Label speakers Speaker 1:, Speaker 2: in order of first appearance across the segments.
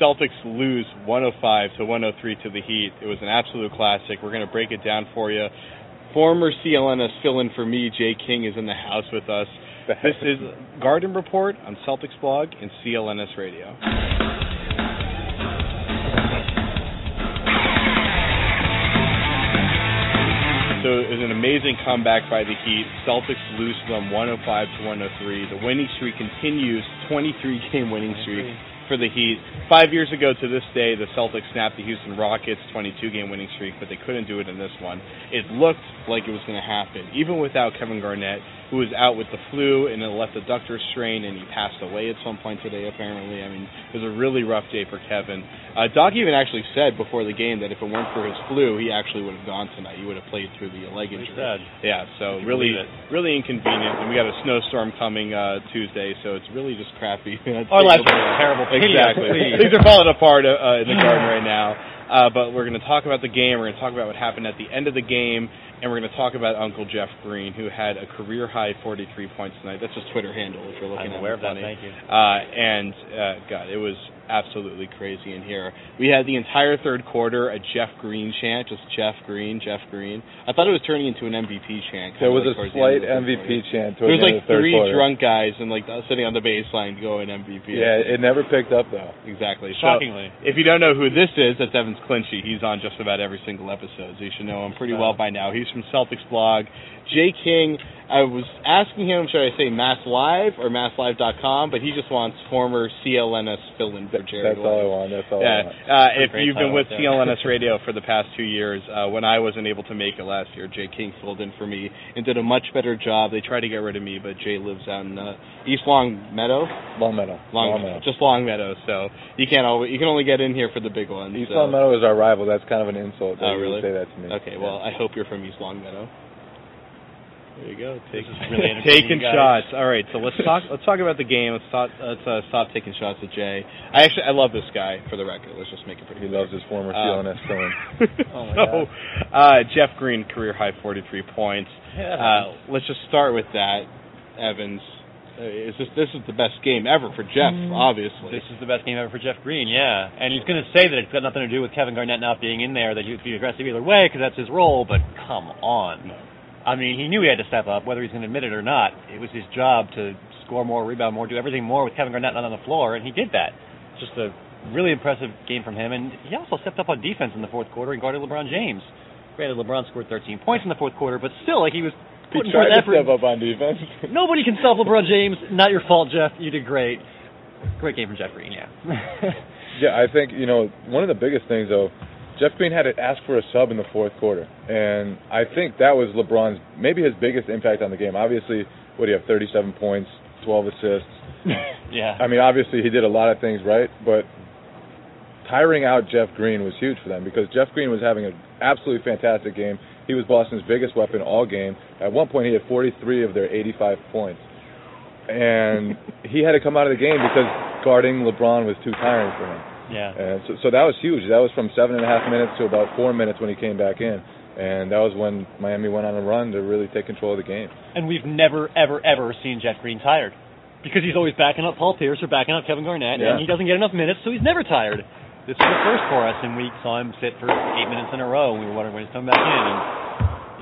Speaker 1: Celtics lose 105 to 103 to the Heat. It was an absolute classic. We're going to break it down for you. Former CLNS fill in for me, Jay King, is in the house with us. This is Garden Report on Celtics Blog and CLNS Radio. So it was an amazing comeback by the Heat. Celtics lose to them 105 to 103. The winning streak continues, 23 game winning streak for the Heat. Five years ago to this day, the Celtics snapped the Houston Rockets 22 game winning streak, but they couldn't do it in this one. It looked like it was going to happen, even without Kevin Garnett, who was out with the flu and it left a doctor strain, and he passed away at some point today, apparently. I mean, it was a really rough day for Kevin. Uh, Doc even actually said before the game that if it weren't for his flu, he actually would have gone tonight. He would have played through the leg
Speaker 2: Pretty
Speaker 1: injury.
Speaker 2: sad.
Speaker 1: Yeah, so
Speaker 2: Can you
Speaker 1: really,
Speaker 2: believe
Speaker 1: really inconvenient, and we got a snowstorm coming uh, Tuesday, so it's really just crappy.
Speaker 2: Our lives are terrible.
Speaker 1: Exactly. Things are falling apart uh, uh, in the garden right now. Uh, but we're going to talk about the game. We're going to talk about what happened at the end of the game, and we're going to talk about Uncle Jeff Green, who had a career high 43 points tonight. That's his Twitter handle, if you're looking
Speaker 2: I'm
Speaker 1: at
Speaker 2: aware
Speaker 1: it,
Speaker 2: of that.
Speaker 1: funny.
Speaker 2: Thank you.
Speaker 1: Uh, and uh, God, it was absolutely crazy in here. We had the entire third quarter a Jeff Green chant, just Jeff Green, Jeff Green. I thought it was turning into an MVP chant. kinda
Speaker 3: There was
Speaker 1: like
Speaker 3: a
Speaker 1: towards the end of
Speaker 3: slight
Speaker 1: the third quarter.
Speaker 3: MVP chant
Speaker 1: There
Speaker 3: towards
Speaker 1: was like
Speaker 3: the end of the third
Speaker 1: three
Speaker 3: quarter.
Speaker 1: drunk guys and like sitting on the baseline going MVP.
Speaker 3: Yeah, it never picked up though.
Speaker 1: Exactly. So,
Speaker 2: Shockingly.
Speaker 1: if you don't know who this is, that's Evans Clinchy. He's on just about every single episode, so you should know him pretty well by now. He's from Celtics Blog. Jay King, I was asking him, should I say Mass Live or MassLive.com, but he just wants former CLNS fill-in for
Speaker 3: Th-
Speaker 1: Jerry
Speaker 3: That's all I
Speaker 1: West.
Speaker 3: want. That's all I
Speaker 1: Yeah.
Speaker 3: want.
Speaker 1: Uh, if
Speaker 2: Great
Speaker 1: you've been
Speaker 2: title
Speaker 1: with
Speaker 2: right there.
Speaker 1: CLNS Radio for the past two years, uh, when I wasn't able to make it last year, Jay King filled in for me and did a much better job. They tried to get rid of me, but Jay lives out in uh, East Long Meadow,
Speaker 3: Long Meadow.
Speaker 1: Long, Meadow. just Long Meadow. So you can't always you can only get in here for the big ones.
Speaker 3: East
Speaker 1: so.
Speaker 3: Long Meadow is our rival. That's kind of an insult. that
Speaker 1: uh, Oh,
Speaker 3: you
Speaker 1: really?
Speaker 3: would Say that to me.
Speaker 1: Okay, well I hope you're from East Long Meadow. There you go.
Speaker 2: This is really
Speaker 1: taking
Speaker 2: entertaining,
Speaker 1: shots.
Speaker 2: guys.
Speaker 1: All right, so let's talk. Let's talk about the game. Let's stop. Let's uh, stop taking shots at Jay. I actually I love this guy for the record. Let's just make it pretty.
Speaker 3: he
Speaker 1: clear.
Speaker 3: loves his former
Speaker 1: Uh,
Speaker 3: CLNS villain.
Speaker 2: Oh my
Speaker 1: so, uh, Jeff Green, career high 43 points. Uh, let's just start with that, Evans. Uh, is this this is the best game ever for Jeff?
Speaker 2: Mm.
Speaker 1: Obviously,
Speaker 2: Uh, This is the best game ever for Jeff Green, yeah. And he's going to say that it's got nothing to do with Kevin Garnett not being in there, that he'd be aggressive either way because that's his role, but come on. I mean, he knew he had to step up, whether he's going to admit it or not. It was his job to score more, rebound more, do everything more with Kevin Garnett not on the floor, and he did that. It's Just a really impressive game from him, and he also stepped up on defense in the fourth quarter and guarded LeBron James. Granted, LeBron scored 13 points in the fourth quarter, but still, like, he was
Speaker 3: he
Speaker 2: putting forth
Speaker 3: tried to
Speaker 2: effort.
Speaker 3: step up on defense.
Speaker 2: Nobody can stop LeBron James. Not your fault, Jeff. You did great. Great game from Jeff Green, yeah.
Speaker 3: yeah, I think you know one of the biggest things though. Jeff Green had to ask for a sub in the fourth quarter, and I think that was LeBron's maybe his biggest impact on the game. Obviously, what do you have? 37 points, 12 assists.
Speaker 2: yeah.
Speaker 3: I mean, obviously he did a lot of things right, but tiring out Jeff Green was huge for them because Jeff Green was having an absolutely fantastic game. He was Boston's biggest weapon all game. At one point, he had 43 of their 85 points, and he had to come out of the game because guarding LeBron was too tiring for him.
Speaker 2: Yeah.
Speaker 3: And so, so that was huge. That was from seven and a half minutes to about four minutes when he came back in, and that was when Miami went on a run to really take control of the game.
Speaker 2: And we've never, ever, ever seen Jeff Green tired. Because he's always backing up Paul Pierce or backing up Kevin Garnett,
Speaker 3: Yeah.
Speaker 2: and he doesn't get enough minutes, so he's never tired. This was the first for us, and we saw him sit for eight minutes in a row, and we were wondering when he's coming back in. And,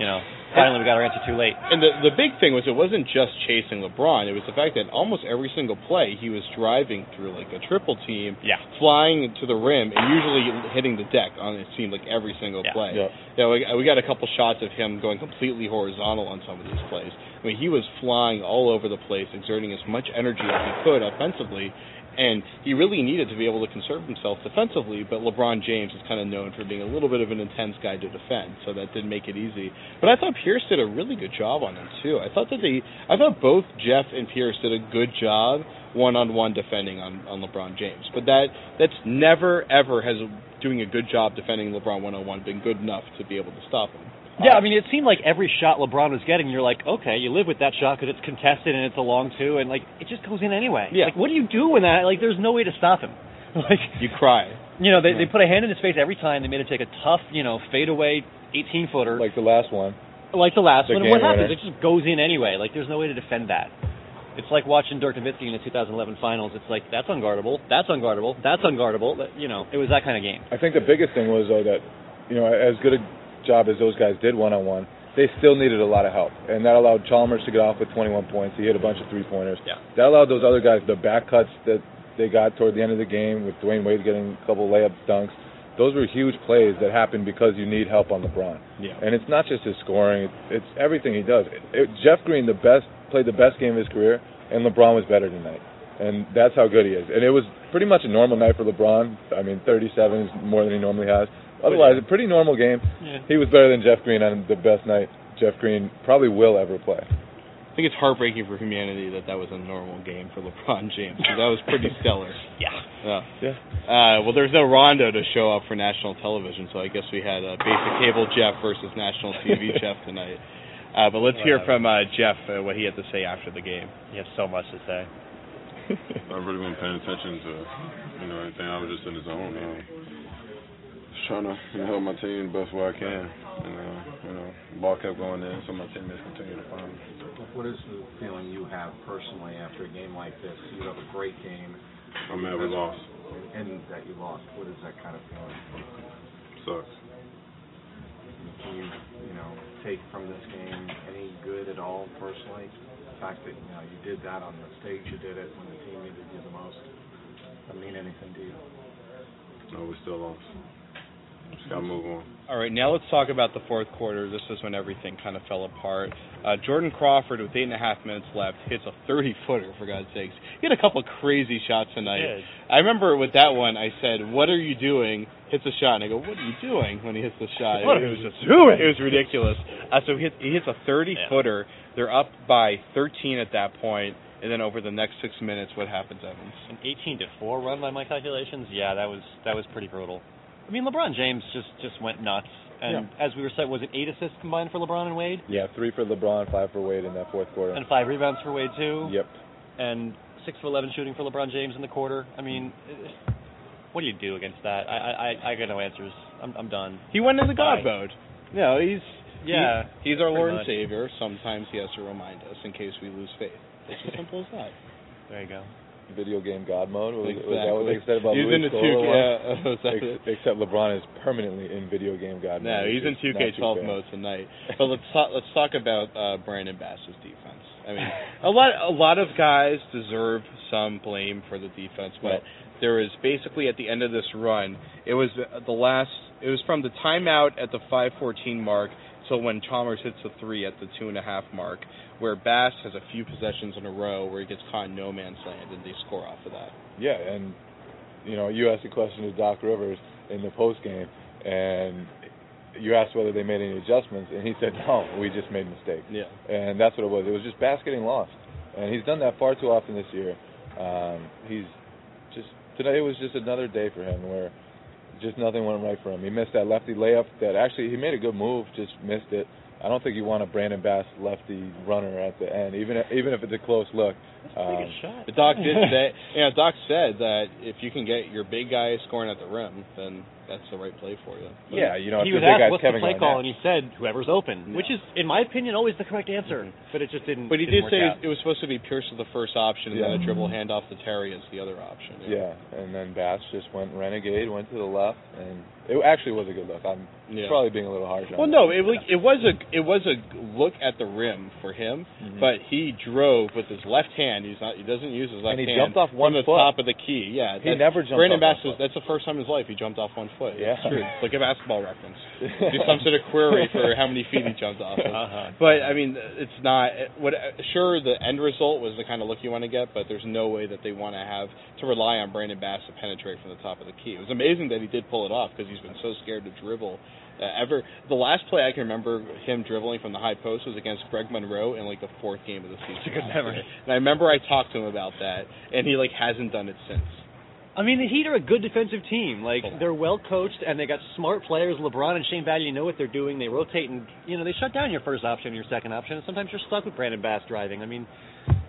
Speaker 2: you know, finally we got our answer too late.
Speaker 1: And the the big thing was it wasn't just chasing LeBron. It was the fact that almost every single play he was driving through like a triple team,
Speaker 2: Yeah.
Speaker 1: flying to the rim, and usually hitting the deck on it seemed like every single
Speaker 2: Yeah.
Speaker 1: play.
Speaker 3: Yeah.
Speaker 1: Yeah, we, we got a couple shots of him going completely horizontal on some of these plays. I mean, he was flying all over the place, exerting as much energy as he could offensively, and he really needed to be able to conserve himself defensively. But LeBron James is kind of known for being a little bit of an intense guy to defend, so that didn't make it easy. But I thought Pierce did a really good job on him too. I thought that they, I thought both Jeff and Pierce did a good job one-on-one defending on, on LeBron James. But that that's never ever has doing a good job defending LeBron one-on-one been good enough to be able to stop him.
Speaker 2: Yeah, I mean, it seemed like every shot LeBron was getting, you're like, okay, you live with that shot because it's contested and it's a long two, and like it just goes in anyway.
Speaker 1: Yeah.
Speaker 2: Like, what do you do when that? Like, there's no way to stop him. Like,
Speaker 1: You cry.
Speaker 2: you know, they they put a hand in his face every time. They made him take a tough, you know, fadeaway 18 footer
Speaker 3: Like
Speaker 2: like,
Speaker 3: the last one.
Speaker 2: the last
Speaker 3: the
Speaker 2: one. and What
Speaker 3: game
Speaker 2: happens?
Speaker 3: winner.
Speaker 2: It just goes in anyway. Like, there's no way to defend that. It's like watching Dirk Nowitzki in the 2011 Finals. It's like that's unguardable, that's unguardable, that's unguardable. That- You know, it was that kind of game.
Speaker 3: I think the biggest thing was though that you know as good a job as those guys did one on one, they still needed a lot of help, and that allowed Chalmers to get off with 21 points. He hit a bunch of three pointers.
Speaker 2: Yeah.
Speaker 3: That allowed those other guys the back cuts that they got toward the end of the game with Dwayne Wade getting a couple layup dunks. Those were huge plays that happened because you need help on LeBron.
Speaker 1: Yeah.
Speaker 3: And it's not just his scoring; it's, it's everything he does. It, it, Jeff Green, the best, played the best game of his career, and LeBron was better tonight. And that's how good he is. And it was pretty much a normal night for LeBron. I mean, 37 is more than he normally has. Otherwise, a pretty normal game.
Speaker 2: Yeah.
Speaker 3: He was better than Jeff Green on the best night Jeff Green probably will ever play.
Speaker 1: I think it's heartbreaking for humanity that that was a normal game for LeBron James. 'cause That was pretty stellar.
Speaker 2: Yeah.
Speaker 1: Yeah.
Speaker 3: Yeah.
Speaker 1: Uh, well, there's no Rondo to show up for national television, so I guess we had uh, basic cable Jeff versus national TV Jeff tonight. Uh, but let's hear from uh, Jeff uh, what he had to say after the game.
Speaker 2: You have so much to say.
Speaker 4: I really wasn't paying attention to you know anything. I was just in the zone. You know, just trying to you know, help my team the best way I can. And uh, you know, the ball kept going in, so my teammates continued to find me.
Speaker 5: What is the feeling you have personally after a game like this? You have a great game
Speaker 4: I mean, we lost.
Speaker 5: and that you lost. What is that kind of feeling?
Speaker 4: Sucks.
Speaker 5: Can you, you know, take from this game any good at all personally? The fact that, you know, you did that on the stage, you did it when the team needed you the most. Doesn't mean anything to you.
Speaker 4: No, we still lost. Just gotta move on.
Speaker 1: All right, now let's talk about the fourth quarter. This is when everything kind of fell apart. Uh, Jordan Crawford, with eight and a half minutes left, hits a 30 footer, for God's sakes. He had a couple crazy shots tonight. I remember with that one, I said, "What are you doing?" Hits a shot, and I go, "What are you doing?" When he hits the shot,
Speaker 2: What
Speaker 1: it
Speaker 2: are
Speaker 1: was
Speaker 2: you
Speaker 1: just it was ridiculous. Uh, so he hits, he hits a 30
Speaker 2: Yeah.
Speaker 1: footer. They're up by 13 at that point, and then over the next six minutes, what happens, Evans?
Speaker 2: An 18 to 4 run by my calculations. Yeah, that was that was pretty brutal. I mean, LeBron James just just went nuts. And as we were saying, was it eight assists combined for LeBron and Wade,
Speaker 3: Yeah, three for LeBron, five for Wade in that fourth quarter.
Speaker 2: and five rebounds for Wade too,
Speaker 3: yep.
Speaker 2: and six for 11 shooting for LeBron James in the quarter. I mean, eh, what do you do against that? I I- I, I got no answers. I'm I'm done.
Speaker 1: He went into God
Speaker 2: Bye.
Speaker 1: mode. No, he's
Speaker 2: Yeah,
Speaker 1: he's, he's our
Speaker 2: pretty
Speaker 1: Lord and
Speaker 2: much.
Speaker 1: Savior. Sometimes he has to remind us in case we lose faith. It's as simple as that.
Speaker 2: There you go.
Speaker 3: Video game God mode. Was,
Speaker 1: exactly.
Speaker 3: was that what they said about
Speaker 1: he's
Speaker 3: Luis
Speaker 1: into
Speaker 3: Scola
Speaker 1: 2K.
Speaker 3: once?
Speaker 1: Yeah, was that it?
Speaker 3: Ex- except LeBron is permanently in video game God
Speaker 1: No,
Speaker 3: mode.
Speaker 1: he's in
Speaker 3: It's not too
Speaker 1: 2K12
Speaker 3: fair.
Speaker 1: mode tonight. But let's talk, let's talk about uh, Brandon Bass's defense. I mean, a lot a lot of guys deserve some blame for the defense, but
Speaker 3: Right.
Speaker 1: there was basically at the end of this run, it was the last. It was from the timeout at the 5:14 mark till when Chalmers hits the three at the two and a half mark, where Bass has a few possessions in a row where he gets caught in no man's land and they score off of that.
Speaker 3: Yeah, and you know, you asked a question to Doc Rivers in the post game, and you asked whether they made any adjustments, and he said, "No, we just made mistakes."
Speaker 1: Yeah.
Speaker 3: and that's what it was. It was just Bass getting lost, and he's done that far too often this year. Um, he's just today was just another day for him where just nothing went right for him. He missed that lefty layup that actually he made a good move, just missed it. I don't think you want a Brandon Bass lefty runner at the end, even even if it's a close look. Um,
Speaker 2: shot.
Speaker 1: But Doc did say, you know, Doc said that if you can get your big guy scoring at the rim, then that's the right play for you. But-
Speaker 3: yeah, you know, if
Speaker 2: he
Speaker 3: your
Speaker 2: was
Speaker 3: big
Speaker 2: asked
Speaker 3: guy's
Speaker 2: what's
Speaker 3: Kevin
Speaker 2: the play
Speaker 3: Garnett-
Speaker 2: call, and he said whoever's open,
Speaker 1: No.
Speaker 2: which is, in my opinion, always the correct answer. But it just didn't.
Speaker 1: But he
Speaker 2: didn't
Speaker 1: did
Speaker 2: work
Speaker 1: say
Speaker 2: out.
Speaker 1: it was supposed to be Pierce as the first option, and
Speaker 3: Yeah.
Speaker 1: then a dribble handoff to Terry as the other option.
Speaker 3: Yeah, and then Bass just went renegade, went to the left, and it actually was a good look. I'm
Speaker 1: Yeah.
Speaker 3: probably being a little harsh. on
Speaker 1: Well,
Speaker 3: him.
Speaker 1: no, it like it was a it was a look at the rim for him,
Speaker 3: Mhm.
Speaker 1: but he drove with his left hand. He's not he doesn't use his left
Speaker 3: And he
Speaker 1: hand
Speaker 3: jumped off one
Speaker 1: from the
Speaker 3: foot.
Speaker 1: top of the key. Yeah,
Speaker 3: He
Speaker 1: that's-
Speaker 3: never jumped
Speaker 1: Brandon
Speaker 3: off one
Speaker 1: Bass was
Speaker 3: foot.
Speaker 1: that's the first time in his life he jumped off one foot.
Speaker 3: Yeah.
Speaker 1: it's true. It's like a basketball reference. Do some sort of query for how many feet he jumped off. Of.
Speaker 2: Uh-huh.
Speaker 1: But I mean, it's not what. Sure, the end result was the kind of look you want to get, but there's no way that they want to have to rely on Brandon Bass to penetrate from the top of the key. It was amazing that he did pull it off because he's been so scared to dribble. Uh, ever the last play I can remember him dribbling from the high post was against Greg Monroe in like the fourth game of the season.
Speaker 2: It's a good memory.
Speaker 1: And I remember I talked to him about that, and he like hasn't done it since.
Speaker 2: I mean, the Heat are a good defensive team. Like
Speaker 1: Yeah.
Speaker 2: they're well coached and they got smart players. LeBron and Shane Battier know what they're doing. They rotate and you know they shut down your first option, and your second option, and sometimes you're stuck with Brandon Bass driving. I mean,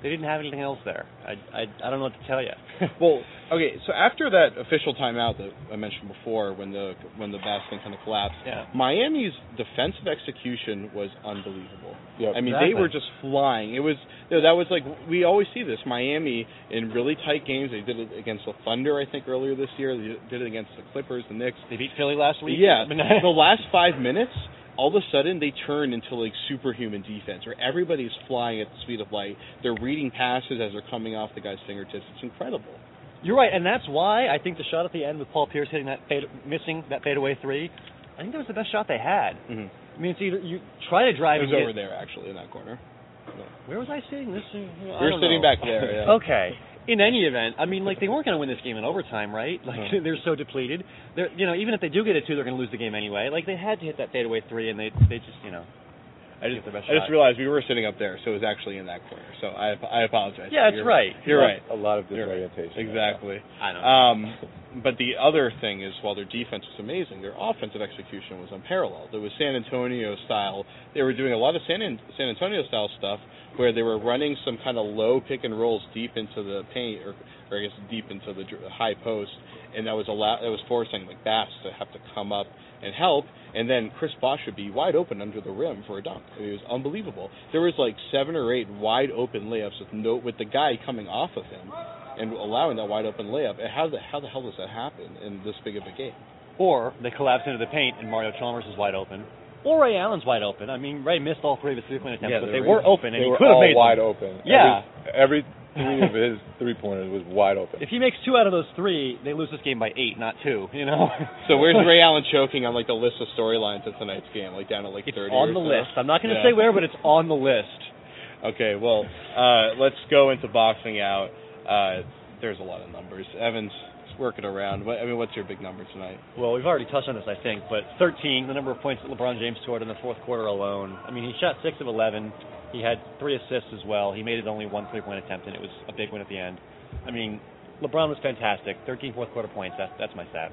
Speaker 2: They didn't have anything else there. I, I, I don't know what to tell you.
Speaker 1: Well, okay, so after that official timeout that I mentioned before, when the when the Boston kind of collapsed,
Speaker 2: yeah.
Speaker 1: Miami's defensive execution was unbelievable.
Speaker 3: Yep.
Speaker 1: I mean,
Speaker 2: Exactly.
Speaker 1: they were just flying. It was you know, that was like we always see this Miami in really tight games. They did it against the Thunder, I think, earlier this year. They did it against the Clippers, the Knicks.
Speaker 2: They beat Philly last week.
Speaker 1: Yeah,
Speaker 2: But-
Speaker 1: the last five minutes, all of a sudden they turn into like superhuman defense, where everybody's flying at the speed of light. They're reading passes as they're coming off the guy's fingertips. It's incredible.
Speaker 2: You're right, and that's why I think the shot at the end with Paul Pierce hitting that fade, missing that fadeaway three, I think that was the best shot they had.
Speaker 1: Mm-hmm.
Speaker 2: I mean, it's either you try to drive
Speaker 1: It was
Speaker 2: and
Speaker 1: over
Speaker 2: get,
Speaker 1: there actually in that corner.
Speaker 2: Where was I sitting? This is, I
Speaker 1: You're
Speaker 2: don't
Speaker 1: sitting
Speaker 2: know.
Speaker 1: back there, yeah.
Speaker 2: Okay. In any event, I mean, like they weren't going to win this game in overtime, right? Like they're so depleted. They're, you know, even if they do get a two, they're going to lose the game anyway. Like they had to hit that fadeaway three, and they they just, you know,
Speaker 1: I
Speaker 2: Give
Speaker 1: just,
Speaker 2: the best
Speaker 1: I
Speaker 2: shot.
Speaker 1: just realized we were sitting up there, so it was actually in that corner. So I, I apologize.
Speaker 2: yeah, that's
Speaker 1: You're-
Speaker 2: right. Uh,
Speaker 1: You're right.
Speaker 3: A lot of
Speaker 1: You're right.
Speaker 3: disorientation.
Speaker 1: Exactly.
Speaker 2: I don't know.
Speaker 1: Um, but the other thing is, while their defense was amazing, their offensive execution was unparalleled. It was San Antonio style. They were doing a lot of San, An- San Antonio style stuff where they were running some kind of low pick and rolls deep into the paint, or, or I guess deep into the dr- high post, and that was allow- that was forcing like Bass to have to come up and help, and then Chris Bosh would be wide open under the rim for a dunk. I mean, it was unbelievable. There was like seven or eight wide open layups with no with the guy coming off of him and allowing that wide open layup. And How the how the hell does that happen in this big of a game?
Speaker 2: Or they collapse into the paint and Mario Chalmers is wide open. Or Ray Allen's wide open. I mean, Ray missed all three of his three point attempts,
Speaker 3: Yeah,
Speaker 2: but
Speaker 3: they
Speaker 2: they
Speaker 3: were-
Speaker 2: were open, and
Speaker 3: they
Speaker 2: he
Speaker 3: were
Speaker 2: could
Speaker 3: all
Speaker 2: have made
Speaker 3: wide
Speaker 2: them.
Speaker 3: open.
Speaker 2: Yeah.
Speaker 3: Every, every three of his three pointers was wide open.
Speaker 2: If he makes two out of those three, they lose this game by eight, not two. You know.
Speaker 1: So where's Ray Allen choking on like the list of storylines of tonight's game? Like down at like
Speaker 2: It's
Speaker 1: thirty. or
Speaker 2: on the
Speaker 1: so?
Speaker 2: list. I'm not going to
Speaker 1: Yeah.
Speaker 2: say where, but it's on the list.
Speaker 1: Okay, well, uh, let's go into boxing out. Uh, there's a lot of numbers. Evans, work it around. What, I mean, what's your big number tonight?
Speaker 2: Well, we've already touched on this, I think, but 13, the number of points that LeBron James scored in the fourth quarter alone. I mean, he shot 6 of 11. He had three assists as well. He made his only one three point attempt, and it was a big win at the end. I mean, LeBron was fantastic. 13 fourth quarter points. That's, that's my stat.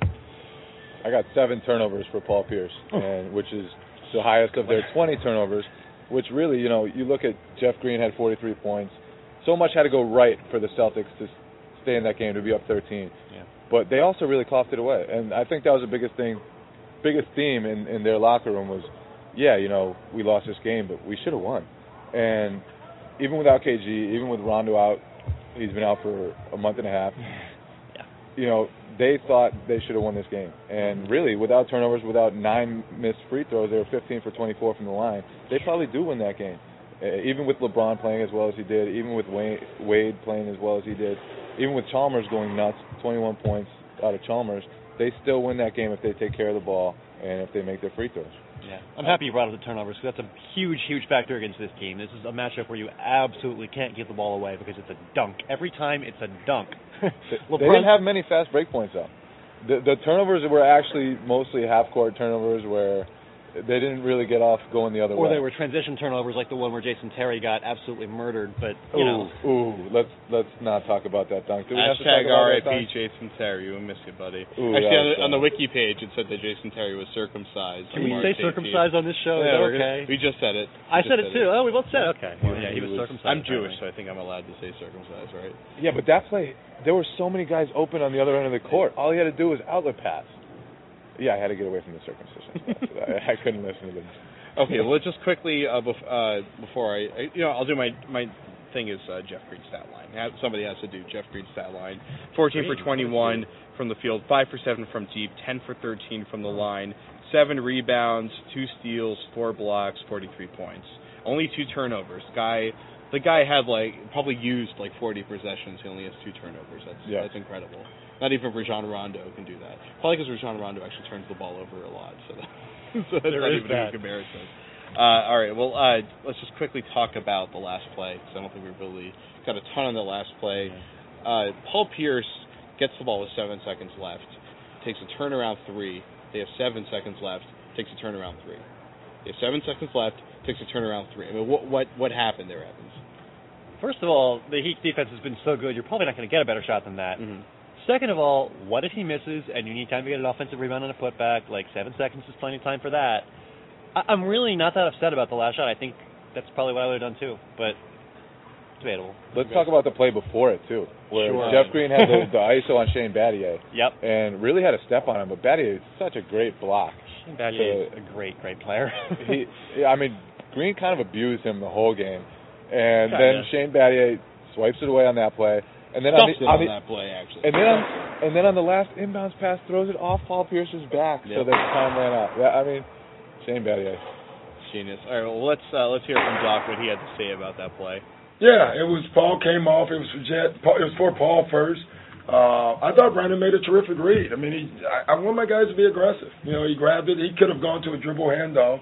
Speaker 3: I got seven turnovers for Paul Pierce, and which is the highest of their 20 turnovers. Which really, you know, you look at Jeff Green had 43 points. So much had to go right for the Celtics to s- stay in that game to be up 13.
Speaker 2: Yeah.
Speaker 3: But they also really coughed it away, and I think that was the biggest thing, biggest theme in in their locker room was, yeah, you know, we lost this game, but we should have won. And even without KG, even with Rondo out, he's been out for a month and a half you know, they thought they should have won this game. And really, without turnovers, without nine missed free throws, they were 15 for 24 from the line. They probably do win that game. Uh, even with LeBron playing as well as he did, even with Wayne, Wade playing as well as he did, even with Chalmers going nuts, 21 points out of Chalmers, they still win that game if they take care of the ball and if they make their free throws.
Speaker 2: Yeah. I'm happy you brought up the turnovers because that's a huge, huge factor against this team. This is a matchup where you absolutely can't give the ball away because it's a dunk. Every time, it's a dunk.
Speaker 3: They,
Speaker 2: LeBron
Speaker 3: they didn't have many fast break points though. The, the turnovers were actually mostly half court turnovers where they didn't really get off going the other
Speaker 2: or
Speaker 3: way.
Speaker 2: there were transition turnovers like the one where Jason Terry got absolutely murdered, but you know,
Speaker 3: Ooh, ooh, let's let's not talk about that dunk. Do we have to talk
Speaker 1: Hashtag RIP
Speaker 3: about that dunk?
Speaker 1: Jason Terry. You missed it, buddy.
Speaker 3: Ooh,
Speaker 1: Actually,
Speaker 3: that
Speaker 1: on the, on
Speaker 3: was bad.
Speaker 1: the wiki page, it said that Jason Terry was circumcised.
Speaker 2: Can
Speaker 1: on
Speaker 2: we
Speaker 1: March
Speaker 2: say
Speaker 1: 18th.
Speaker 2: circumcised on this show? Is
Speaker 1: Yeah,
Speaker 2: that
Speaker 1: we're
Speaker 2: okay?
Speaker 1: Gonna, we just said it. We
Speaker 2: I
Speaker 1: just
Speaker 2: said it too. Oh, we both said it. Okay.
Speaker 3: Yeah,
Speaker 2: yeah,
Speaker 3: he
Speaker 2: he was
Speaker 3: was-
Speaker 2: circumcised.
Speaker 1: I'm Jewish, so
Speaker 2: apparently.
Speaker 1: I think I'm allowed to say circumcised, right?
Speaker 3: Yeah, but that play, there were so many guys open on the other end of the court. All he had to do was outlet pass. Yeah, I had to get away from the circumcision. I, I couldn't listen to them.
Speaker 1: Okay, well, just quickly uh, bef- uh, before I, I, you know, I'll do my my thing is uh, Jeff Green's stat line. Ha- Somebody has to do Jeff Green's stat line. 14 for 21 from the field, five for seven from deep, 10 for 13 from the line, seven rebounds, two steals, four blocks, 43 points, only two turnovers. Guy, the guy had like probably used like 40 possessions. He only has two turnovers. That's
Speaker 3: Yeah.
Speaker 1: that's incredible. Not even Rajon Rondo can do that. Probably because Rajon Rondo actually turns the ball over a lot, so, that, so that's
Speaker 2: There
Speaker 1: not
Speaker 2: is
Speaker 1: even a
Speaker 2: that.
Speaker 1: good comparison. Uh, all right, well, uh, let's just quickly talk about the last play because I don't think we really got a ton on the last play. Uh, Paul Pierce gets the ball with seven seconds left, takes a turnaround three. They have seven seconds left, takes a turnaround three. They have seven seconds left, takes a turnaround three. I mean, what what what happened there, Evans?
Speaker 2: First of all, the Heat defense has been so good, you're probably not going to get a better shot than that.
Speaker 1: Mm-hmm.
Speaker 2: Second of all, what if he misses and you need time to get an offensive rebound and a putback? Like seven seconds is plenty of time for that. I- I'm really not that upset about the last shot. I think that's probably what I would have done too. But Debatable.
Speaker 3: Let's talk about the play before it too, where
Speaker 2: Sure.
Speaker 3: Jeff Green had the, the ISO on Shane Battier
Speaker 2: Yep.
Speaker 3: and really had a step on him. But Battier is such a great block.
Speaker 2: Battier is a great, great player.
Speaker 3: He, yeah, I mean, Green kind of abused him the whole game, and
Speaker 2: Kinda.
Speaker 3: then Shane Battier swipes it away on that play, and then on
Speaker 6: Stuffed
Speaker 3: the,
Speaker 6: it
Speaker 3: on
Speaker 6: on
Speaker 3: the
Speaker 6: that play, actually.
Speaker 3: and then on, and then on the last inbounds pass throws it off Paul Pierce's back so
Speaker 6: Yep.
Speaker 3: that time ran out. Yeah, I mean, Shane Battier.
Speaker 1: Genius. All right, well let's uh, let's hear from Doc what he had to say about that play.
Speaker 7: Yeah, it was Paul came off. It was for Jet. Paul, it was for Paul first. Uh, I thought Brandon made a terrific read. I mean, he, I, I want my guys to be aggressive. You know, he grabbed it. He could have gone to a dribble handoff.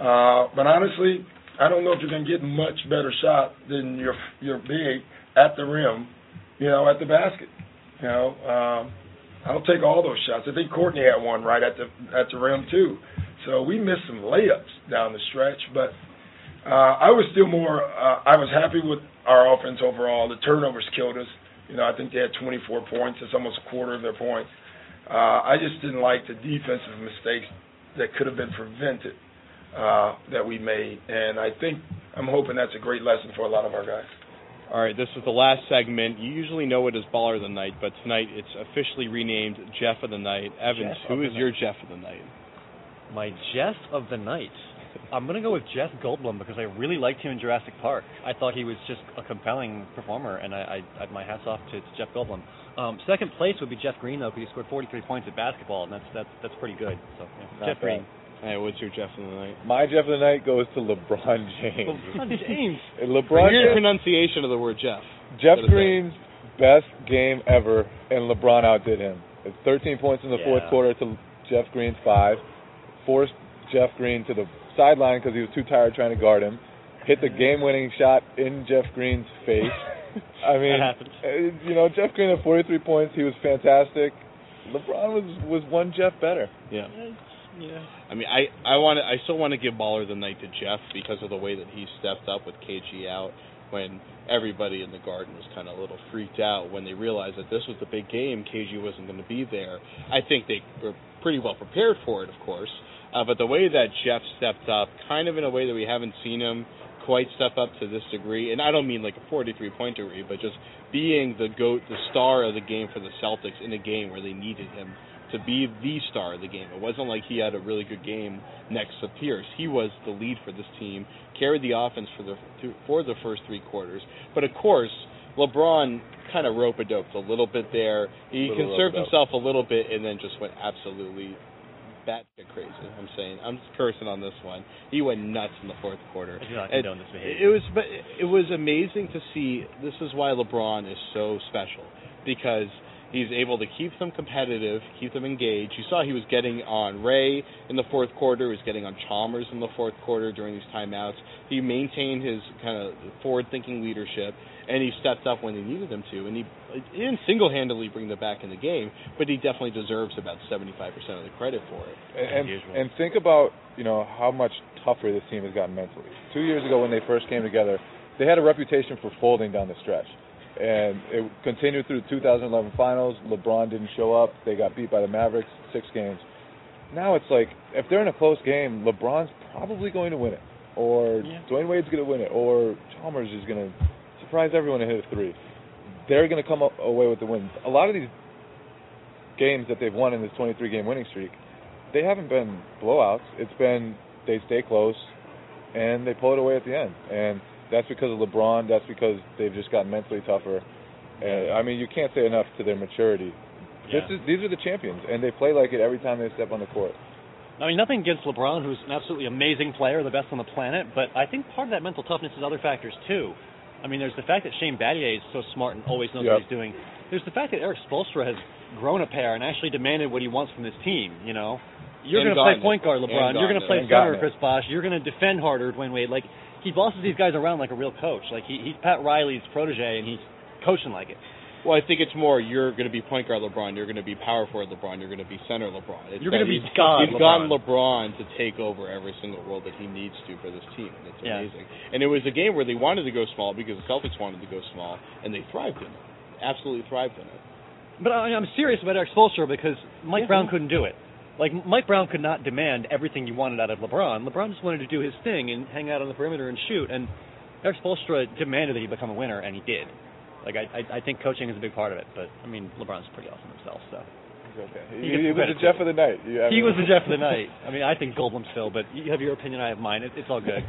Speaker 7: Uh, but honestly, I don't know if you can get much better shot than your your big at the rim. You know, at the basket. You know, um, I'll take all those shots. I think Courtney had one right at the at the rim too. So we missed some layups down the stretch, but uh, I was still more. Uh, I was happy with our offense overall. The turnovers killed us. You know, I think they had 24 points. It's almost a quarter of their points. Uh, I just didn't like the defensive mistakes that could have been prevented uh, that we made, and I think I'm hoping that's a great lesson for a lot of our guys.
Speaker 1: All right, this is the last segment. You usually know it as Baller of the Night, but tonight it's officially renamed Jeff of the Night. Evans,
Speaker 2: Jeff
Speaker 1: who
Speaker 2: of
Speaker 1: is
Speaker 2: the
Speaker 1: your Jeff of the Night?
Speaker 2: My Jeff of the night. I'm gonna go with Jeff Goldblum because I really liked him in Jurassic Park. I thought he was just a compelling performer, and I, I, I my hats off to, to Jeff Goldblum. Um, second place would be Jeff Green though, because he scored 43 points at basketball, and that's that's that's pretty good. So yeah,
Speaker 3: Not
Speaker 2: Jeff
Speaker 3: bad.
Speaker 2: Green.
Speaker 1: All right, what's your Jeff of the Night?
Speaker 3: My Jeff of the night goes to LeBron James.
Speaker 2: LeBron James.
Speaker 3: LeBron
Speaker 1: Your
Speaker 3: James,
Speaker 1: pronunciation of the word Jeff.
Speaker 3: Jeff
Speaker 1: That is it.
Speaker 3: Green's best game ever, and LeBron outdid him. It's 13 points in the fourth
Speaker 2: Yeah.
Speaker 3: quarter to Jeff Green's five. Forced Jeff Green to the sideline because he was too tired trying to guard him. Hit the game-winning shot in Jeff Green's face. I mean,
Speaker 2: That happened.
Speaker 3: uh, you know, Jeff Green had 43 points. He was fantastic. LeBron was was one Jeff better.
Speaker 1: Yeah. I mean, I I want to I still want to give Baller of the Night to Jeff because of the way that he stepped up with KG out when everybody in the garden was kind of a little freaked out when they realized that this was the big game. KG wasn't going to be there. I think they were pretty well prepared for it, of course. Uh, but the way that Jeff stepped up, kind of in a way that we haven't seen him quite step up to this degree, and I don't mean like a 43 point degree, but just being the goat, the star of the game for the Celtics in a game where they needed him to be the star of the game. It wasn't like he had a really good game next to Pierce. He was the lead for this team, carried the offense for the for the first three quarters. But of course, LeBron kind of rope a doped a little bit there. He
Speaker 3: Little
Speaker 1: conserved
Speaker 3: rope-a-dope.
Speaker 1: himself a little bit and then just went absolutely batshit crazy. I'm saying I'm just cursing on this one. He went nuts in the fourth quarter.
Speaker 2: I do not
Speaker 1: And-
Speaker 2: condone this behavior.
Speaker 1: it was, but it was amazing to see. This is why LeBron is so special because he's able to keep them competitive, keep them engaged. You saw he was getting on Ray in the fourth quarter, he was getting on Chalmers in the fourth quarter during these timeouts. He maintained his kind of forward-thinking leadership, and he stepped up when he needed him to. And he, he didn't single-handedly bring them back in the game, but he definitely deserves about 75% of the credit for it.
Speaker 3: and,
Speaker 2: Unusual.
Speaker 3: and think about you know how much tougher this team has gotten mentally. Two years ago, when they first came together, they had a reputation for folding down the stretch, and it continued through the 2011 Finals. LeBron didn't show up; they got beat by the Mavericks six games. Now it's like if they're in a close game, LeBron's probably going to win it, or
Speaker 2: Yeah.
Speaker 3: Dwayne Wade's going to win it, or Chalmers is going to surprise everyone and hit a three. They're going to come up- away with the win. A lot of these games that they've won in this 23 game winning streak they haven't been blowouts. It's been they stay close and they pull it away at the end. And that's because of LeBron. That's because they've just gotten mentally tougher. And, I mean, you can't say enough to their maturity.
Speaker 2: Yeah.
Speaker 3: This is, these are the champions, and they play like it every time they step on the court.
Speaker 2: I mean, nothing against LeBron, who's an absolutely amazing player, the best on the planet, but I think part of that mental toughness is other factors, too. I mean, there's the fact that Shane Battier is so smart and always knows
Speaker 3: Yep.
Speaker 2: what he's doing. There's the fact that Eric Spolstra has grown a pair and actually demanded what he wants from his team, you know? You're
Speaker 1: And
Speaker 2: going to play
Speaker 1: gotten it.
Speaker 2: point guard,
Speaker 1: And
Speaker 2: LeBron. You're
Speaker 1: gotten
Speaker 2: going
Speaker 1: it.
Speaker 2: to play
Speaker 3: And gotten
Speaker 2: center,
Speaker 3: it.
Speaker 2: Chris Bosh. You're going to defend harder, Dwayne Wade. Like, he bosses these guys around like a real coach. Like, he, he's Pat Riley's protege, and he's coaching like it.
Speaker 1: Well, I think it's more you're going to be point guard LeBron, you're going to be power forward LeBron, you're going to be center LeBron. It's
Speaker 2: You're gonna
Speaker 1: that
Speaker 2: be
Speaker 1: he's-
Speaker 2: God
Speaker 1: He's gotten
Speaker 2: LeBron.
Speaker 1: LeBron to take over every single role that he needs to for this team, and it's
Speaker 2: Yeah.
Speaker 1: amazing. And it was a game where they wanted to go small because the Celtics wanted to go small, and they thrived in it. Absolutely thrived in it.
Speaker 2: But I, I'm serious about Eric Spoelstra because Mike
Speaker 1: Yeah.
Speaker 2: Brown couldn't do it. Like Mike Brown could not demand everything you wanted out of LeBron. LeBron just wanted to do his thing and hang out on the perimeter and shoot. And Eric Spolstra demanded that he become a winner, and he did. Like I, I, I think coaching is a big part of it, but I mean LeBron's pretty awesome himself, so
Speaker 3: Okay.
Speaker 2: He
Speaker 3: He,
Speaker 2: gets
Speaker 3: he was the
Speaker 2: credit for
Speaker 3: Jeff
Speaker 2: it.
Speaker 3: of the night. You- I
Speaker 2: he
Speaker 3: mean-
Speaker 2: was the Jeff of the night. I mean, I think Goldblum's Phil, but you have your opinion, I have mine. It, it's all good.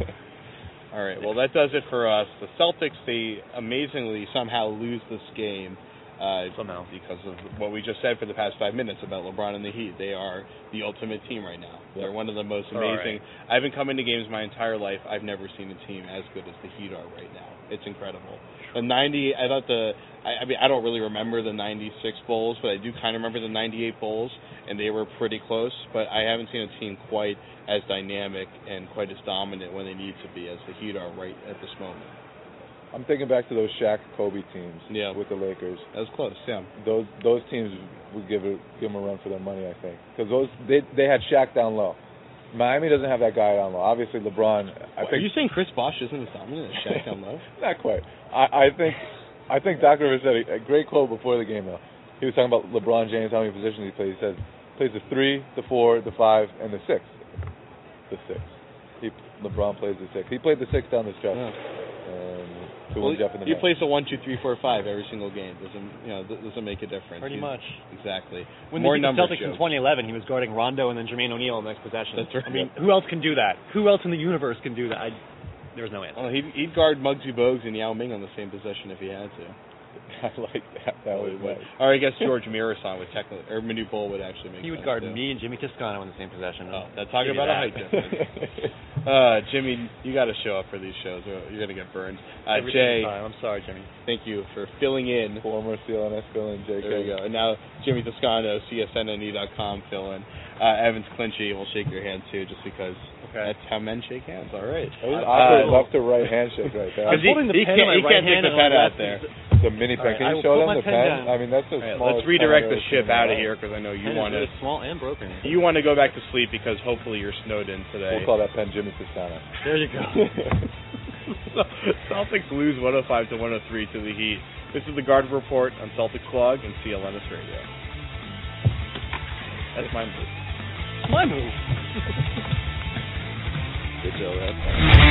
Speaker 1: All right. Well, that does it for us. The Celtics, they amazingly somehow lose this game. Uh,
Speaker 2: Somehow.
Speaker 1: Because of what we just said for the past five minutes about LeBron and the Heat. They are the ultimate team right now. They're one of the most
Speaker 2: All right.
Speaker 1: amazing. I haven't come into games my entire life. I've never seen a team as good as the Heat are right now. It's incredible. The 90, I thought the, I, I mean, I don't really remember the 96 Bulls, but I do kind of remember the 98 Bulls, and they were pretty close, but I haven't seen a team quite as dynamic and quite as dominant when they need to be as the Heat are right at this moment.
Speaker 3: I'm thinking back to those Shaq Kobe teams
Speaker 1: Yeah.
Speaker 3: with the Lakers.
Speaker 1: That was close, yeah.
Speaker 3: Those those teams would give it give them a run for their money, I think, because those they they had Shaq down low. Miami doesn't have that guy down low. Obviously, LeBron. I
Speaker 1: What, are
Speaker 3: think
Speaker 1: you saying Chris Bosh isn't as dominant as Shaq down low?
Speaker 3: Not quite. I, I think I think Doc Rivers said a, a great quote before the game though. He was talking about LeBron James, how many positions he plays. He said plays the three, the four, the five, and the six. The six. He LeBron plays the six. He played the six down the stretch.
Speaker 1: Yeah.
Speaker 3: Um, And two
Speaker 1: Well,
Speaker 3: Jeff in the
Speaker 1: he
Speaker 3: net.
Speaker 1: plays a one, two, three, four, five every single game. Doesn't you know? th- Doesn't make a difference.
Speaker 2: Pretty
Speaker 1: He's-
Speaker 2: much.
Speaker 1: Exactly.
Speaker 2: When
Speaker 1: More
Speaker 2: they beat the
Speaker 1: numbers
Speaker 2: Celtics in
Speaker 1: show.
Speaker 2: 2011, he was guarding Rondo and then Jermaine O'Neal in the next possession.
Speaker 1: That's right.
Speaker 2: I mean, who else can do that? Who else in the universe can do that? I, there was no answer.
Speaker 1: Well, he'd, he'd guard Muggsy Bogues and Yao Ming on the same possession if he had to.
Speaker 3: I like that. That was
Speaker 1: But-
Speaker 3: nice.
Speaker 1: Or I guess George Mirasan would technically, or Manu Bull would actually make.
Speaker 2: He would
Speaker 1: sense,
Speaker 2: guard
Speaker 1: too.
Speaker 2: me and Jimmy Toscano in the same possession.
Speaker 1: Oh, that's talking
Speaker 2: Give me
Speaker 1: about a
Speaker 2: that.
Speaker 1: height difference. Uh, Jimmy, you got to show up for these shows. or You're gonna get burned. Uh,
Speaker 2: Every
Speaker 1: Jay,
Speaker 2: single time. I'm sorry, Jimmy.
Speaker 1: thank you for filling in.
Speaker 3: Former CLNS Phil and Jacob.
Speaker 1: There you go. And now Jimmy Toscano, CSNNE.com, E fill in. Uh, Evans Clinchy will shake your hand too, just because that's how men shake hands. All right.
Speaker 3: That was
Speaker 2: Uh,
Speaker 3: awkward left to right handshake right there.
Speaker 2: I'm
Speaker 1: he-
Speaker 2: holding the
Speaker 1: he
Speaker 2: pen
Speaker 1: can't- he
Speaker 2: in my right
Speaker 1: can't take
Speaker 2: hand
Speaker 1: the
Speaker 2: and
Speaker 1: pen
Speaker 2: I'm
Speaker 1: out
Speaker 2: left-
Speaker 1: there.
Speaker 3: The mini
Speaker 2: All
Speaker 3: pen.
Speaker 2: right,
Speaker 3: Can
Speaker 2: I
Speaker 3: you
Speaker 2: will
Speaker 3: show
Speaker 2: put
Speaker 3: them
Speaker 2: my
Speaker 3: the
Speaker 2: pen down.
Speaker 3: I mean, that's
Speaker 1: All
Speaker 3: the
Speaker 1: right,
Speaker 3: smallest
Speaker 1: let's redirect
Speaker 3: pen
Speaker 1: the
Speaker 3: I've ever
Speaker 1: ship
Speaker 3: seen in
Speaker 1: out
Speaker 3: my
Speaker 1: of
Speaker 3: life.
Speaker 1: here because I know you
Speaker 2: Pen is
Speaker 1: want to
Speaker 2: really small and broken.
Speaker 1: you want to go back to sleep because hopefully you're snowed in today.
Speaker 3: We'll call that pen Jimmy Toscano.
Speaker 2: There you go.
Speaker 1: Celtics lose 105 to 103 to the Heat. This is the Garden Report on Celtics Blog and CLNS Radio. That's my move.
Speaker 2: my move.
Speaker 1: Good job,